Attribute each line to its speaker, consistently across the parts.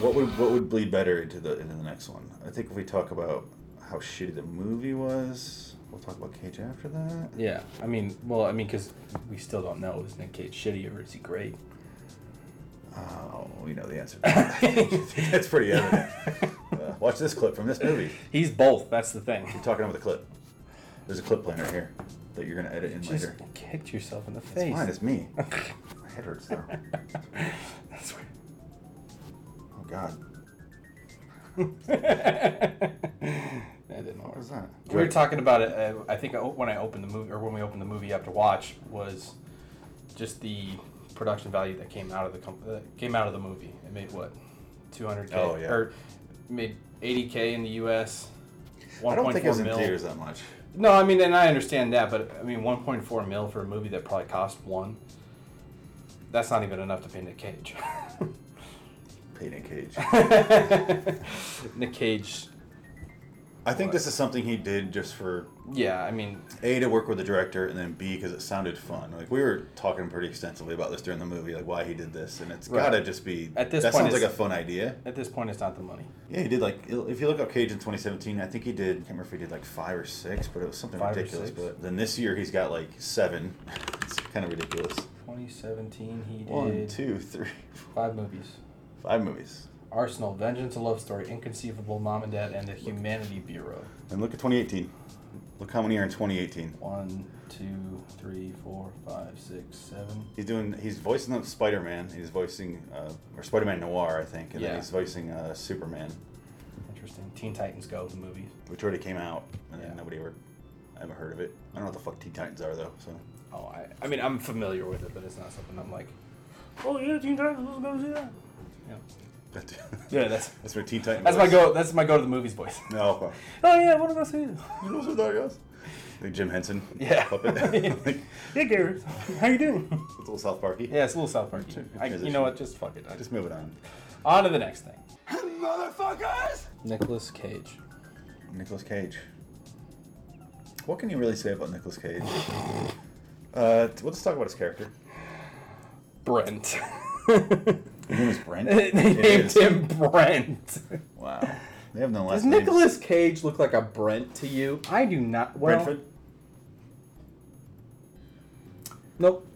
Speaker 1: what would what would bleed better into the into the next one? I think if we talk about how shitty the movie was, we'll talk about Cage after that.
Speaker 2: Yeah, I mean, well, I mean, because we still don't know is Nick Cage shitty or is he great?
Speaker 1: Oh, we know the answer. to that. That's pretty evident. Uh, watch this clip from this movie.
Speaker 2: He's both. That's the thing.
Speaker 1: I'm talking about the clip. There's a clip planner here that you're gonna edit in
Speaker 2: Just
Speaker 1: later.
Speaker 2: kicked yourself in the face.
Speaker 1: It's mine. It's me. My head hurts though.
Speaker 2: That's weird.
Speaker 1: Oh God.
Speaker 2: That didn't
Speaker 1: What
Speaker 2: work.
Speaker 1: was that?
Speaker 2: We were talking about it. Uh, I think I- when I opened the movie, or when we opened the movie up to watch, was just the production value that came out of the comp- uh, came out of the movie. It made what, two hundred k,
Speaker 1: Oh, yeah.
Speaker 2: or made eighty k in the U.S.
Speaker 1: I
Speaker 2: One
Speaker 1: don't
Speaker 2: point
Speaker 1: think it
Speaker 2: four
Speaker 1: was in
Speaker 2: mil.
Speaker 1: theaters that much.
Speaker 2: No, I mean, and I understand that, but I mean, one point four mil for a movie that probably cost one. That's not even enough to pay Nick Cage.
Speaker 1: Peyton Cage.
Speaker 2: Nick Cage.
Speaker 1: I think this is something he did just for
Speaker 2: Yeah, I mean,
Speaker 1: A to work with the director, and then B because it sounded fun. Like we were talking pretty extensively about this during the movie, like why he did this, and it's
Speaker 2: Right.
Speaker 1: gotta just be.
Speaker 2: At this
Speaker 1: that
Speaker 2: point,
Speaker 1: sounds like a
Speaker 2: it's-
Speaker 1: fun idea.
Speaker 2: at this point, it's not the money.
Speaker 1: Yeah, he did like if you look up Cage in 2017, I think he did. I can't remember if he did like five or six, but it was something
Speaker 2: Five or
Speaker 1: ridiculous.
Speaker 2: six?
Speaker 1: But then this year he's got like seven. It's kind of ridiculous.
Speaker 2: 2017, he did
Speaker 1: One, two, three,
Speaker 2: five movies.
Speaker 1: five movies.
Speaker 2: Arsenal, Vengeance, A Love Story, Inconceivable, Mom and Dad, and The Humanity Bureau.
Speaker 1: And look at 2018. Look how many are in 2018.
Speaker 2: One, two, three, four, five, six, seven.
Speaker 1: He's doing. He's voicing the Spider Man. He's voicing uh, or Spider Man Noir, I think, and
Speaker 2: Yeah.
Speaker 1: then he's voicing uh, Superman,
Speaker 2: Interesting. Teen Titans Go, the movie.
Speaker 1: which already came out, and then
Speaker 2: Yeah.
Speaker 1: nobody ever ever heard of it. I don't know what the fuck Teen Titans are though. So
Speaker 2: Oh, I, I mean, I'm familiar with it, but it's not something I'm like, oh yeah, Teen Titans, let's go see that. Yeah,
Speaker 1: but,
Speaker 2: yeah that's
Speaker 1: that's my Teen Titans.
Speaker 2: that's my go. That's my go to the movies voice.
Speaker 1: No,
Speaker 2: Oh yeah, I want to go see it.
Speaker 1: you know what's that, guys? Like Jim Henson.
Speaker 2: Yeah.
Speaker 1: Puppet. like,
Speaker 2: Yeah, Gary, how you doing?
Speaker 1: it's a little South Parky.
Speaker 2: Yeah, it's a little South Park. I, you know what? Just fuck it.
Speaker 1: Just moving on.
Speaker 2: On to the next thing.
Speaker 1: Motherfuckers.
Speaker 2: Nicholas Cage.
Speaker 1: Nicolas Cage. What can you really say about Nicolas Cage? Uh, t- let's talk about his character.
Speaker 2: Brent.
Speaker 1: His name is Brent.
Speaker 2: they
Speaker 1: It
Speaker 2: named
Speaker 1: is.
Speaker 2: him Brent.
Speaker 1: Wow. They have no last
Speaker 2: Does
Speaker 1: names.
Speaker 2: Nicolas Cage look like a Brent to you? I do not. Well,
Speaker 1: Brentford.
Speaker 2: Nope.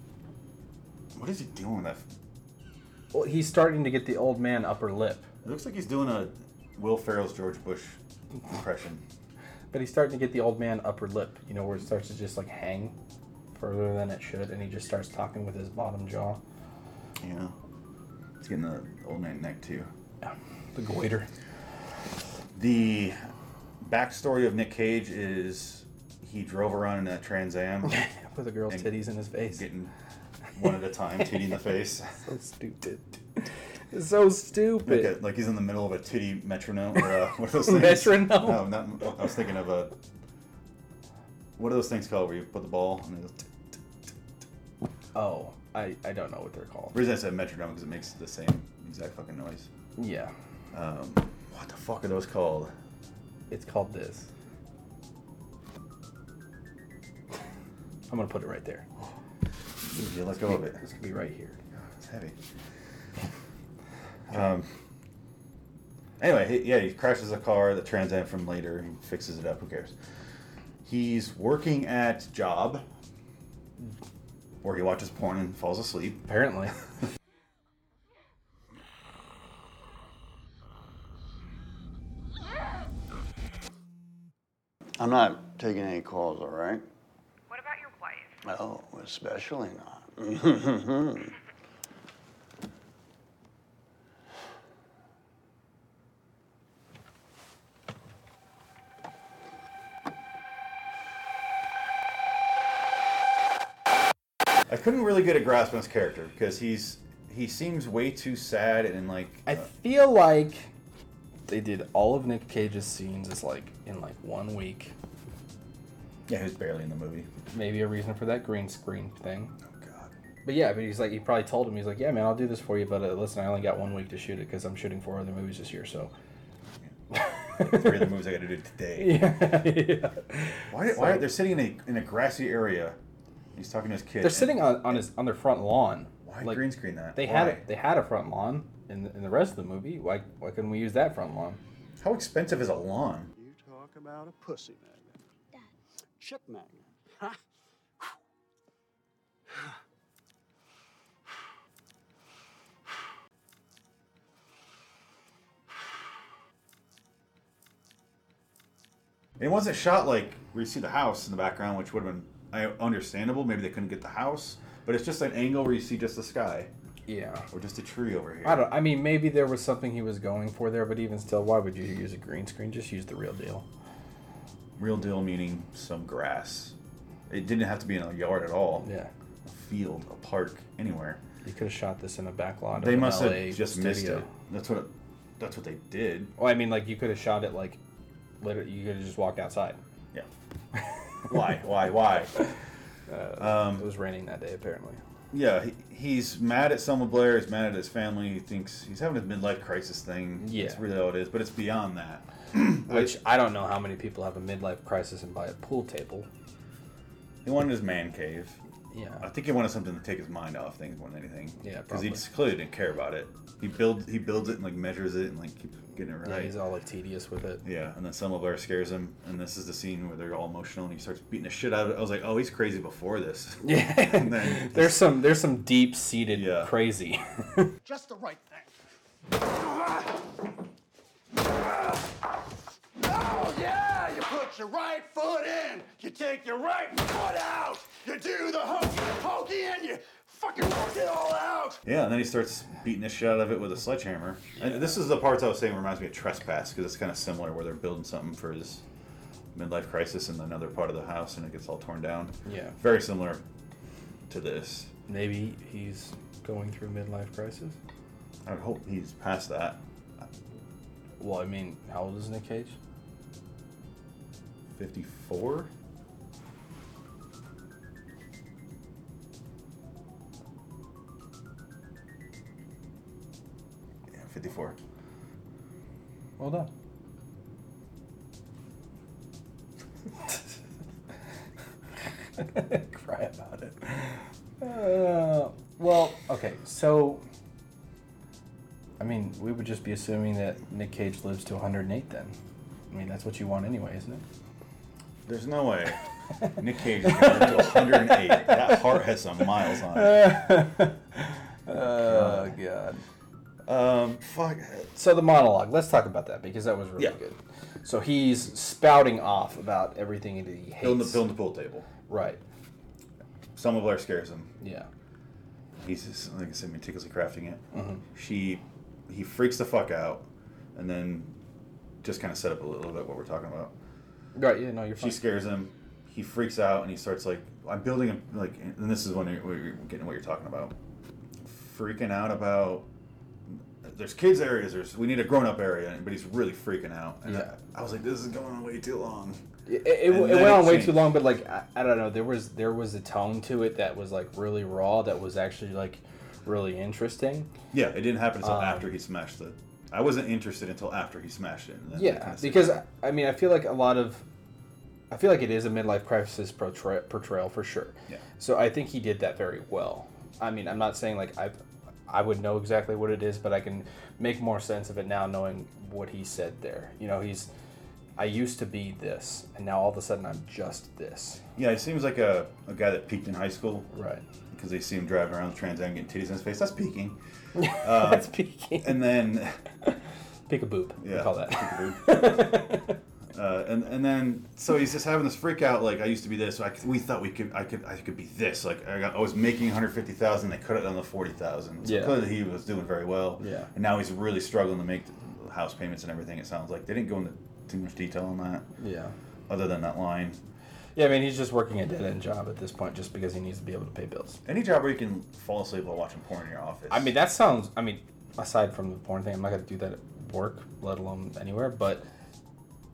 Speaker 1: What is he doing with that?
Speaker 2: Well, he's starting to get the old man upper lip,
Speaker 1: It looks like he's doing a Will Ferrell's George Bush impression.
Speaker 2: but he's starting to get the old man upper lip. You know where it starts to just like hang further than it should, and he just starts talking with his bottom jaw.
Speaker 1: Yeah. He's getting the old man neck too.
Speaker 2: The goiter.
Speaker 1: The backstory of Nick Cage is he drove around in a Trans Am,
Speaker 2: With a girl's
Speaker 1: And
Speaker 2: titties in his face.
Speaker 1: getting one at a time, titty in the face.
Speaker 2: so stupid. It's so
Speaker 1: Like,
Speaker 2: stupid.
Speaker 1: a- like he's in the middle of a titty metronome. Or, uh, what are those things?
Speaker 2: Metronome.
Speaker 1: No, not, oh, I was thinking of a. What are those things called where you put the ball and it goes. T-
Speaker 2: Oh, I, I don't know what they're called.
Speaker 1: The reason I said metronome because it makes the same exact fucking noise.
Speaker 2: Yeah,
Speaker 1: Um, what the fuck are those called?
Speaker 2: it's called this. I'm gonna put it right there.
Speaker 1: You let go of it.
Speaker 2: This could be right here.
Speaker 1: It's heavy. Um. Anyway, he, yeah, he crashes a car. The Trans Am from later. He fixes it up. Who cares? He's working at job, where he watches porn and falls asleep.
Speaker 2: Apparently.
Speaker 3: I'm not taking any calls, all right?
Speaker 4: What about your wife?
Speaker 3: Oh, especially not.
Speaker 1: I couldn't really get a grasp on his character because he's he seems way too sad and like
Speaker 2: I
Speaker 1: uh,
Speaker 2: feel like they did all of Nick Cage's scenes is like in like one week.
Speaker 1: yeah, he was barely in the movie.
Speaker 2: Maybe a reason for that green screen thing.
Speaker 1: Oh God.
Speaker 2: But yeah, but he's like he probably told him he's like, yeah, man, I'll do this for you, but uh, listen, I only got one week to shoot it because I'm shooting four other movies this year, so.
Speaker 1: Three of the movies I got to do today.
Speaker 2: yeah, yeah.
Speaker 1: Why? Why they're sitting in a in a grassy area? He's talking to his kid.
Speaker 2: They're sitting on, on his on their front lawn.
Speaker 1: Why
Speaker 2: Like,
Speaker 1: green screen that?
Speaker 2: They
Speaker 1: Why?
Speaker 2: had it. They had a front lawn. in the, in the rest of the movie. Why why couldn't we use that front lawn?
Speaker 1: How expensive is a lawn?
Speaker 3: You talk about a pussy magnet. Chip magnet.
Speaker 1: It wasn't shot like we see the house in the background, which would have been I- understandable. Maybe they couldn't get the house, but it's just an angle where you see just the sky
Speaker 2: Yeah.
Speaker 1: or just a tree over here.
Speaker 2: I don't. I mean, maybe there was something he was going for there, but even still, why would you use a green screen? Just use the real deal.
Speaker 1: Real deal meaning some grass. It didn't have to be in a yard at all.
Speaker 2: Yeah.
Speaker 1: A field, a park, anywhere.
Speaker 2: You could have shot this in a back lot. Of
Speaker 1: they
Speaker 2: an
Speaker 1: must
Speaker 2: LA
Speaker 1: have just missed
Speaker 2: studio.
Speaker 1: it. That's what. It, that's what they did.
Speaker 2: Well, I mean, like you could have shot it like, literally, you could have just walked outside.
Speaker 1: Yeah. why? Why? Why? Um,
Speaker 2: it was raining that day, apparently.
Speaker 1: Yeah, he, he's mad at Selma Blair. He's mad at his family. He thinks he's having his midlife crisis thing.
Speaker 2: Yeah.
Speaker 1: that's really all it is. But it's beyond that.
Speaker 2: Which I don't know how many people have a midlife crisis and buy a pool table.
Speaker 1: He wanted his man cave. I
Speaker 2: Yeah.
Speaker 1: think he wanted something to take his mind off things more than anything.
Speaker 2: Yeah,
Speaker 1: because he
Speaker 2: probably.
Speaker 1: just clearly didn't care about it. He builds he builds it and like measures it and like keeps getting it
Speaker 2: Yeah,
Speaker 1: right.
Speaker 2: he's all like tedious with it.
Speaker 1: Yeah, and then Selma Blair scares him, and this is the scene where they're all emotional, and he starts beating the shit out of it. I was like, oh, he's crazy before this.
Speaker 2: Yeah.
Speaker 1: and then
Speaker 2: there's some there's some deep seated
Speaker 1: Yeah.
Speaker 2: crazy.
Speaker 3: Just the right thing. Oh, yeah! You put your right foot in, you take your right foot out, you do the hokey pokey, and you fucking work it all out!
Speaker 1: Yeah, and then he starts beating the shit out of it with a sledgehammer. And this is the parts I was saying reminds me of Trespass because it's kind of similar where they're building something for his midlife crisis in another part of the house and it gets all torn down.
Speaker 2: Yeah.
Speaker 1: Very similar to this.
Speaker 2: Maybe he's going through midlife crisis.
Speaker 1: I would hope he's past that.
Speaker 2: Well, I mean, how old is Nick Cage?
Speaker 1: 54? Yeah, 54.
Speaker 2: Well done. Cry about it. Uh, well, okay, so. I mean, we would just be assuming that Nick Cage lives to 108 then. I mean, that's what you want anyway, isn't it?
Speaker 1: There's no way. Nick Cage is going to live to 108. That heart has some miles on it.
Speaker 2: Oh, God.
Speaker 1: Um, fuck.
Speaker 2: So the monologue, let's talk about that because that was really
Speaker 1: Yeah.
Speaker 2: good. So he's spouting off about everything that he hates.
Speaker 1: Building the, building the pool table.
Speaker 2: Right.
Speaker 1: Selma Blair scares him.
Speaker 2: Yeah.
Speaker 1: He's just, like I said, meticulously crafting it. She, he freaks the fuck out, and then just kind of set up a little bit what we're talking about.
Speaker 2: Right. Yeah. No, you're
Speaker 1: She
Speaker 2: fine.
Speaker 1: scares him. He freaks out and he starts like, I'm building a like, and this is when you're, where you're getting what you're talking about. Freaking out about. There's kids areas. There's we need a grown up area, but he's really freaking out. And
Speaker 2: Yeah.
Speaker 1: I, I was like, this is going on way too long.
Speaker 2: It, it, it
Speaker 1: and
Speaker 2: went
Speaker 1: then it
Speaker 2: on way too
Speaker 1: changed.
Speaker 2: long, but like I, I don't know. There was there was a tone to it that was like really raw. That was actually like really interesting.
Speaker 1: Yeah, it didn't happen
Speaker 2: Um,
Speaker 1: until after he smashed it. I wasn't interested until after he smashed it. and then I
Speaker 2: Yeah,
Speaker 1: kinda said-
Speaker 2: because I mean, I feel like a lot of, I feel like it is a midlife crisis portray- portrayal for sure.
Speaker 1: Yeah.
Speaker 2: So I think he did that very well. I mean, I'm not saying like I, I would know exactly what it is, but I can make more sense of it now knowing what he said there. You know, he's, I used to be this, and now all of a sudden I'm just this.
Speaker 1: yeah, it seems like a, a guy that peaked in high school
Speaker 2: Right.
Speaker 1: because they see him driving around with Trans Am getting titties in his face. That's peaking.
Speaker 2: That's peeking.
Speaker 1: Uh, And then
Speaker 2: Pick a boop. We
Speaker 1: Yeah.
Speaker 2: call that.
Speaker 1: Uh, and and then so he's just having this freak out like I used to be this. I, we thought we could I could I could be this. Like I, got, I was making 150,000. They cut it down to 40,000. So
Speaker 2: Yeah.
Speaker 1: clearly he was doing very well.
Speaker 2: Yeah.
Speaker 1: And now he's really struggling to make the house payments and everything. It sounds like they didn't go into too much detail on that,
Speaker 2: yeah.
Speaker 1: other than that line.
Speaker 2: Yeah, I mean, he's just working a dead end job at this point, just because he needs to be able to pay bills.
Speaker 1: Any job where you can fall asleep while watching porn in your office.
Speaker 2: I mean, that sounds. I mean, aside from the porn thing, I'm not gonna do that at work, let alone anywhere. But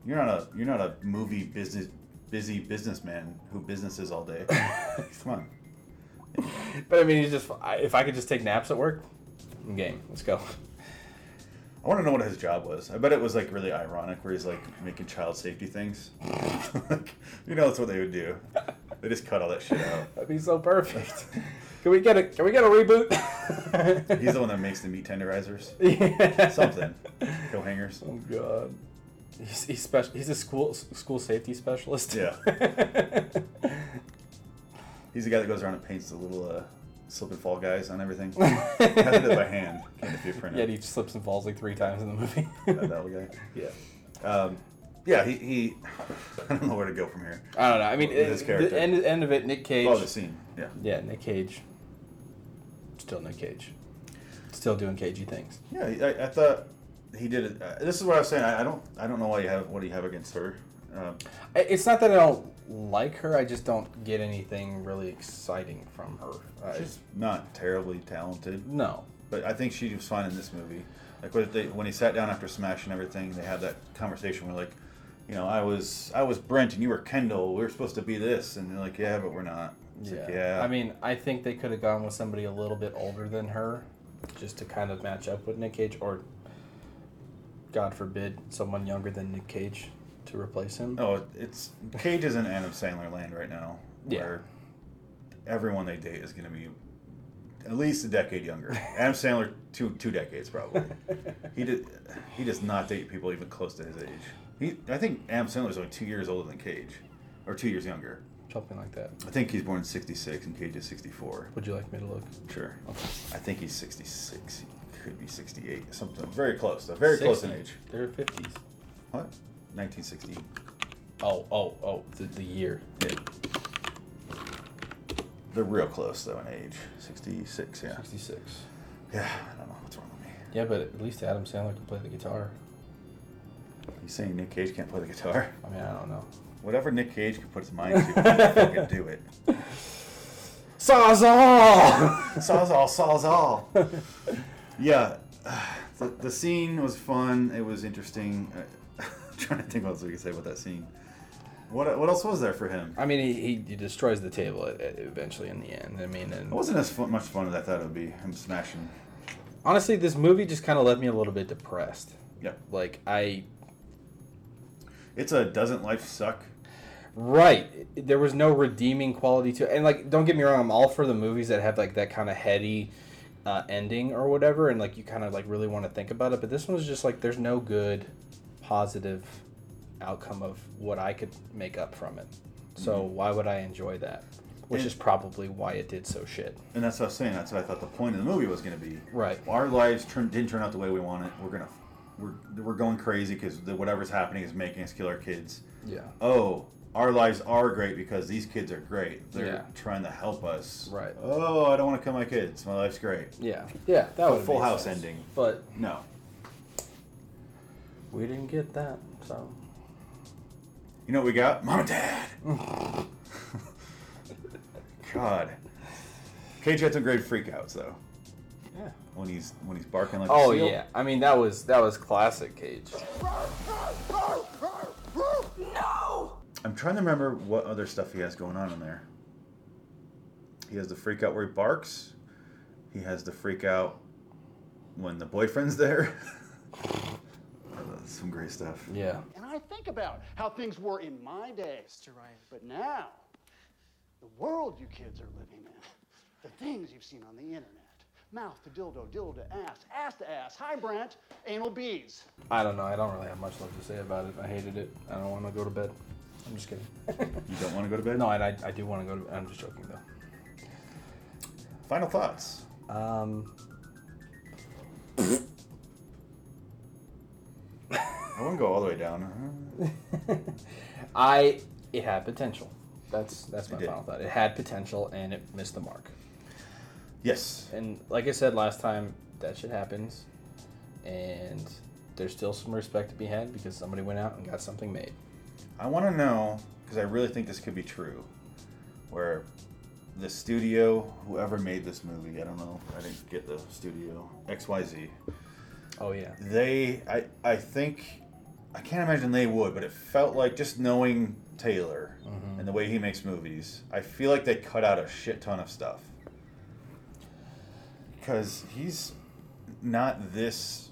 Speaker 1: you're not a you're not a movie business busy businessman who businesses all day. Come on.
Speaker 2: but I mean, he's just. I- If I could just take naps at work, I'm game. Let's go.
Speaker 1: I want to know what his job was. I bet it was like really ironic, where he's like making child safety things. you know, that's what they would do. They just cut all that shit out.
Speaker 2: That'd be so perfect. Can we get a Can we get a reboot?
Speaker 1: He's the one that makes the meat tenderizers.
Speaker 2: yeah.
Speaker 1: Something. Go hangers.
Speaker 2: Oh God. He's, he's special. He's a school school safety specialist.
Speaker 1: Yeah. He's the guy that goes around and paints the little uh, slip and fall guys on everything. I did it by hand. Can't be a printer.
Speaker 2: Yet he slips and falls like three times in the movie.
Speaker 1: that, that little guy. Yeah. Um, yeah, he, he. I don't know where to go from here.
Speaker 2: I don't know. I mean,
Speaker 1: With his
Speaker 2: it-
Speaker 1: character.
Speaker 2: the end end of it, Nick Cage.
Speaker 1: Oh, the scene. Yeah.
Speaker 2: Yeah, Nick Cage. Still Nick Cage. Still doing cagey things.
Speaker 1: Yeah, I, I thought he did it. Uh, this is what I was saying. I, I don't. I don't know why you have what do you have against her. Um,
Speaker 2: I- It's not that I don't like her. I just don't get anything really exciting from her. Uh,
Speaker 1: she's not terribly talented,
Speaker 2: no.
Speaker 1: but I think she was fine in this movie. Like when, they, when he sat down after Smash and everything, they had that conversation where like, you know, I was I was Brent and you were Kendall. We were supposed to be this, and they're like, yeah, but we're not. It's
Speaker 2: Yeah.
Speaker 1: Like, yeah.
Speaker 2: I mean, I think they could have gone with somebody a little bit older than her, just to kind of match up with Nick Cage, or God forbid, someone younger than Nick Cage to replace him.
Speaker 1: Oh, it's Cage is in Adam Sandler land right now.
Speaker 2: Yeah.
Speaker 1: Where everyone they date is going to be at least a decade younger. Adam Sandler, two two decades probably. he did. He does not date people even close to his age. He, I think Adam Sandler's only two years older than Cage, or two years younger.
Speaker 2: Something like that.
Speaker 1: I think he's born in '66 and Cage is '64.
Speaker 2: Would you like me to look?
Speaker 1: Sure.
Speaker 2: Okay.
Speaker 1: I think he's 66. He could be 68. Something very close. Though. Very close in
Speaker 2: 60.
Speaker 1: age.
Speaker 2: They're fifties.
Speaker 1: What? 1960.
Speaker 2: Oh, oh, oh, the, the year.
Speaker 1: Yeah. They're real close though in age. Sixty six, yeah.
Speaker 2: Sixty six.
Speaker 1: Yeah, I don't know what's wrong with me.
Speaker 2: Yeah, but at least Adam Sandler can play the guitar.
Speaker 1: You saying Nick Cage can't play the guitar?
Speaker 2: I mean, I don't know.
Speaker 1: Whatever Nick Cage can put his mind to, he can fucking do it.
Speaker 2: Sawzall.
Speaker 1: Sawzall, sawzall. yeah, the, the scene was fun. It was interesting. I, I'm trying to think what else we could say about that scene. What what else was there for him?
Speaker 2: I mean, he, he, he destroys the table e- e- eventually in the end. I mean, and
Speaker 1: It wasn't as fun, much fun as I thought it would be. Him smashing.
Speaker 2: honestly, this movie just kind of left me a little bit depressed.
Speaker 1: Yeah,
Speaker 2: Like I,
Speaker 1: it's a doesn't life suck.
Speaker 2: right? There was no redeeming quality to it. And like, don't get me wrong, I'm all for the movies that have like that kind of heady uh, ending or whatever, and like you kind of like really want to think about it. But this one was just like, there's no good, positive outcome of what I could make up from it. So why would I enjoy that?
Speaker 1: Mm-hmm.
Speaker 2: Which
Speaker 1: And-
Speaker 2: is probably why it did so shit.
Speaker 1: And that's what I was saying. That's what I thought the point of the movie was going to be.
Speaker 2: Right.
Speaker 1: Our lives turn, didn't turn out the way we want it. We're gonna, we're we're going crazy because whatever's happening is making us kill our kids.
Speaker 2: Yeah.
Speaker 1: Oh, our lives are great because these kids are great. They're
Speaker 2: Yeah.
Speaker 1: trying to help us.
Speaker 2: Right.
Speaker 1: Oh, I don't want to kill my kids. My life's great.
Speaker 2: Yeah. Yeah. That was
Speaker 1: Full House ending.
Speaker 2: But
Speaker 1: No,
Speaker 2: we didn't get that, so.
Speaker 1: you know what we got? Mom and Dad. God. Cage had some great freakouts though.
Speaker 2: Yeah.
Speaker 1: When he's when he's barking like. a
Speaker 2: Oh
Speaker 1: seal.
Speaker 2: yeah, I mean that was that was classic Cage.
Speaker 3: No!
Speaker 1: I'm trying to remember what other stuff he has going on in there. He has the freak out where he barks. He has the freak out when the boyfriend's there. That's some great stuff.
Speaker 2: Yeah.
Speaker 3: And I think about how things were in my day. Mr. Ryan. But now, the world you kids are living in, the things you've seen on the internet mouth to dildo, dildo to ass, ass to ass, hi Brent, anal beads.
Speaker 2: I don't know. I don't really have much left to say about it. I hated it. I don't want to go to bed. I'm just kidding.
Speaker 1: You don't want to go to bed?
Speaker 2: no, and I, I do want to go to. I'm just joking though.
Speaker 1: Final thoughts.
Speaker 2: Um,
Speaker 1: I wouldn't go all the way down.
Speaker 2: I it had potential. That's that's my
Speaker 1: did.
Speaker 2: final thought. It had potential and it missed the mark.
Speaker 1: Yes.
Speaker 2: And like I said last time, that shit happens, and there's still some respect to be had because somebody went out and got something made.
Speaker 1: I want to know because I really think this could be true, where the studio, whoever made this movie, I don't know, I didn't get the studio X Y Z.
Speaker 2: Oh yeah.
Speaker 1: they I, I think i can't imagine they would but it felt like just knowing taylor
Speaker 2: Mm-hmm.
Speaker 1: and the way he makes movies i feel like they cut out a shit ton of stuff because he's not this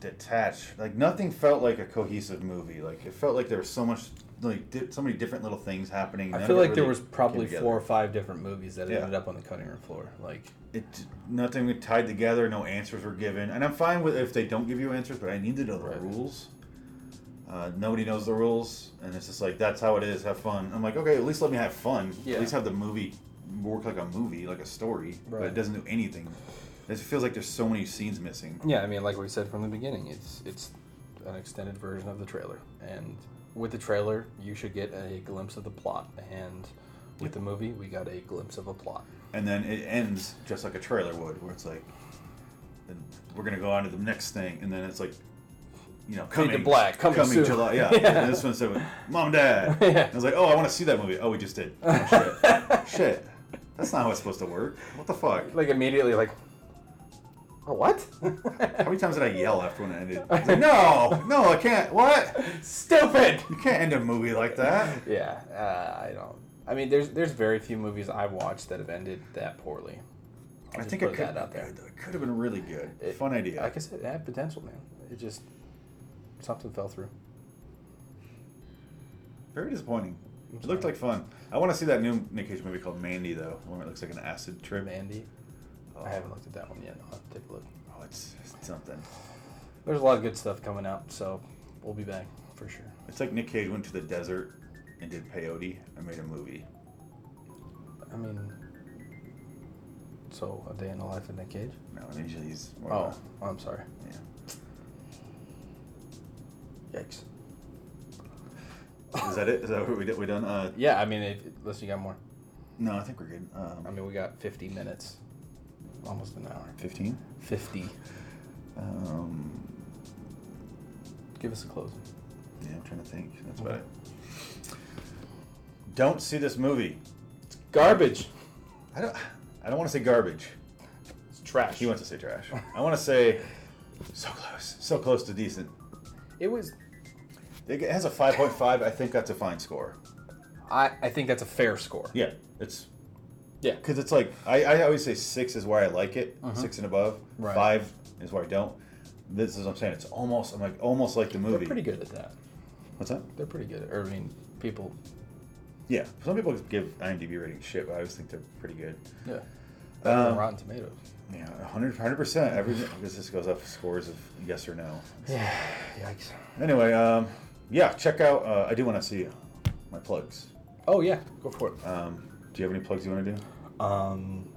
Speaker 1: detached like nothing felt like a cohesive movie like it felt like there was so much like di- so many different little things happening.
Speaker 2: I
Speaker 1: None
Speaker 2: feel
Speaker 1: of it
Speaker 2: like there
Speaker 1: really
Speaker 2: was
Speaker 1: came
Speaker 2: probably
Speaker 1: together.
Speaker 2: four or five different movies that
Speaker 1: Yeah.
Speaker 2: ended up on the cutting room floor. Like,
Speaker 1: It nothing was tied together. No answers were given, and I'm fine with if they don't give you answers, but I need to know the
Speaker 2: Right.
Speaker 1: rules. Uh, nobody knows the rules, and it's just like that's how it is. Have fun. I'm like, okay, at least let me have fun.
Speaker 2: Yeah.
Speaker 1: At least have the movie work like a movie, like a story, but
Speaker 2: Right.
Speaker 1: it doesn't do anything. It feels like there's so many scenes missing.
Speaker 2: yeah, I mean, like we said from the beginning, it's it's an extended version of the trailer, and with the trailer, you should get a glimpse of the plot, and with the movie, we got a glimpse of a plot.
Speaker 1: and then it ends just like a trailer would, where it's like, and we're gonna go on to the next thing, and then it's like, you know, coming
Speaker 2: black, coming soon.
Speaker 1: July, yeah. And this one said, "Mom, Dad,"
Speaker 2: Yeah.
Speaker 1: and I was like, "Oh, I want to see that movie." Oh, we just did. Oh, shit, shit, that's not how it's supposed to work. What the fuck?
Speaker 2: Like immediately, like, "Oh, what?
Speaker 1: How many times did I yell after when it ended? I was like, no, no, I can't. What?
Speaker 2: Stupid.
Speaker 1: You can't end a movie like that.
Speaker 2: Yeah, uh, I don't. I mean, there's there's very few movies I've watched that have ended that poorly.
Speaker 1: I
Speaker 2: just
Speaker 1: think it
Speaker 2: put
Speaker 1: could,
Speaker 2: that out there.
Speaker 1: it could have been really good.
Speaker 2: It-
Speaker 1: Fun idea.
Speaker 2: Like I said, it had potential, man. It just something fell through.
Speaker 1: Very disappointing. It looked like fun. I want to see that new Nick Cage movie called Mandy though, where it looks like an acid trip.
Speaker 2: Mandy.
Speaker 1: Oh,
Speaker 2: I haven't looked at that one yet. I'll have to take a look.
Speaker 1: oh, it's it's something.
Speaker 2: There's a lot of good stuff coming out, so we'll be back for sure.
Speaker 1: It's like Nick Cage went to the desert and did peyote and made a movie.
Speaker 2: I mean, so a day in the life of Nick Cage.
Speaker 1: No, and usually he's more
Speaker 2: Oh,
Speaker 1: of
Speaker 2: I'm sorry.
Speaker 1: a- yeah.
Speaker 2: Yikes.
Speaker 1: Is that it? Is that what we did? We done? Uh,
Speaker 2: Yeah, I mean, if, unless you got more.
Speaker 1: no, I think we're good.
Speaker 2: I
Speaker 1: Um,
Speaker 2: mean, we got 50 minutes, almost an hour.
Speaker 1: fifteen.
Speaker 2: 50.
Speaker 1: Um,
Speaker 2: Give us a closing.
Speaker 1: yeah, I'm trying to think. That's about it. Don't see this movie.
Speaker 2: Garbage.
Speaker 1: I don't. I don't want to say garbage.
Speaker 2: It's trash.
Speaker 1: He wants to say trash. I want to say so close, so close to decent.
Speaker 2: It was.
Speaker 1: It has a 5.5. I think that's a fine score.
Speaker 2: I, I think that's a fair score.
Speaker 1: Yeah, it's
Speaker 2: Yeah. Uh-huh.
Speaker 1: because it's like I, I always say six is where I like it, six and above.
Speaker 2: Right.
Speaker 1: Five is where I don't. This is what I'm saying. It's almost I'm like almost like the
Speaker 2: They're
Speaker 1: movie.
Speaker 2: pretty good at that.
Speaker 1: What's that?
Speaker 2: They're pretty good. At, or I mean, people.
Speaker 1: Yeah, some people give IMDb rating shit, but I always think they're pretty good.
Speaker 2: Yeah.
Speaker 1: Um,
Speaker 2: Rotten Tomatoes.
Speaker 1: Yeah, 100 percent. Every this just goes off scores of yes or no.
Speaker 2: Yeah. Yikes.
Speaker 1: Anyway, um, yeah, check out. Uh, I do want to see my plugs.
Speaker 2: Oh yeah, go for it.
Speaker 1: Um, do you have any plugs you want to do?
Speaker 2: Um,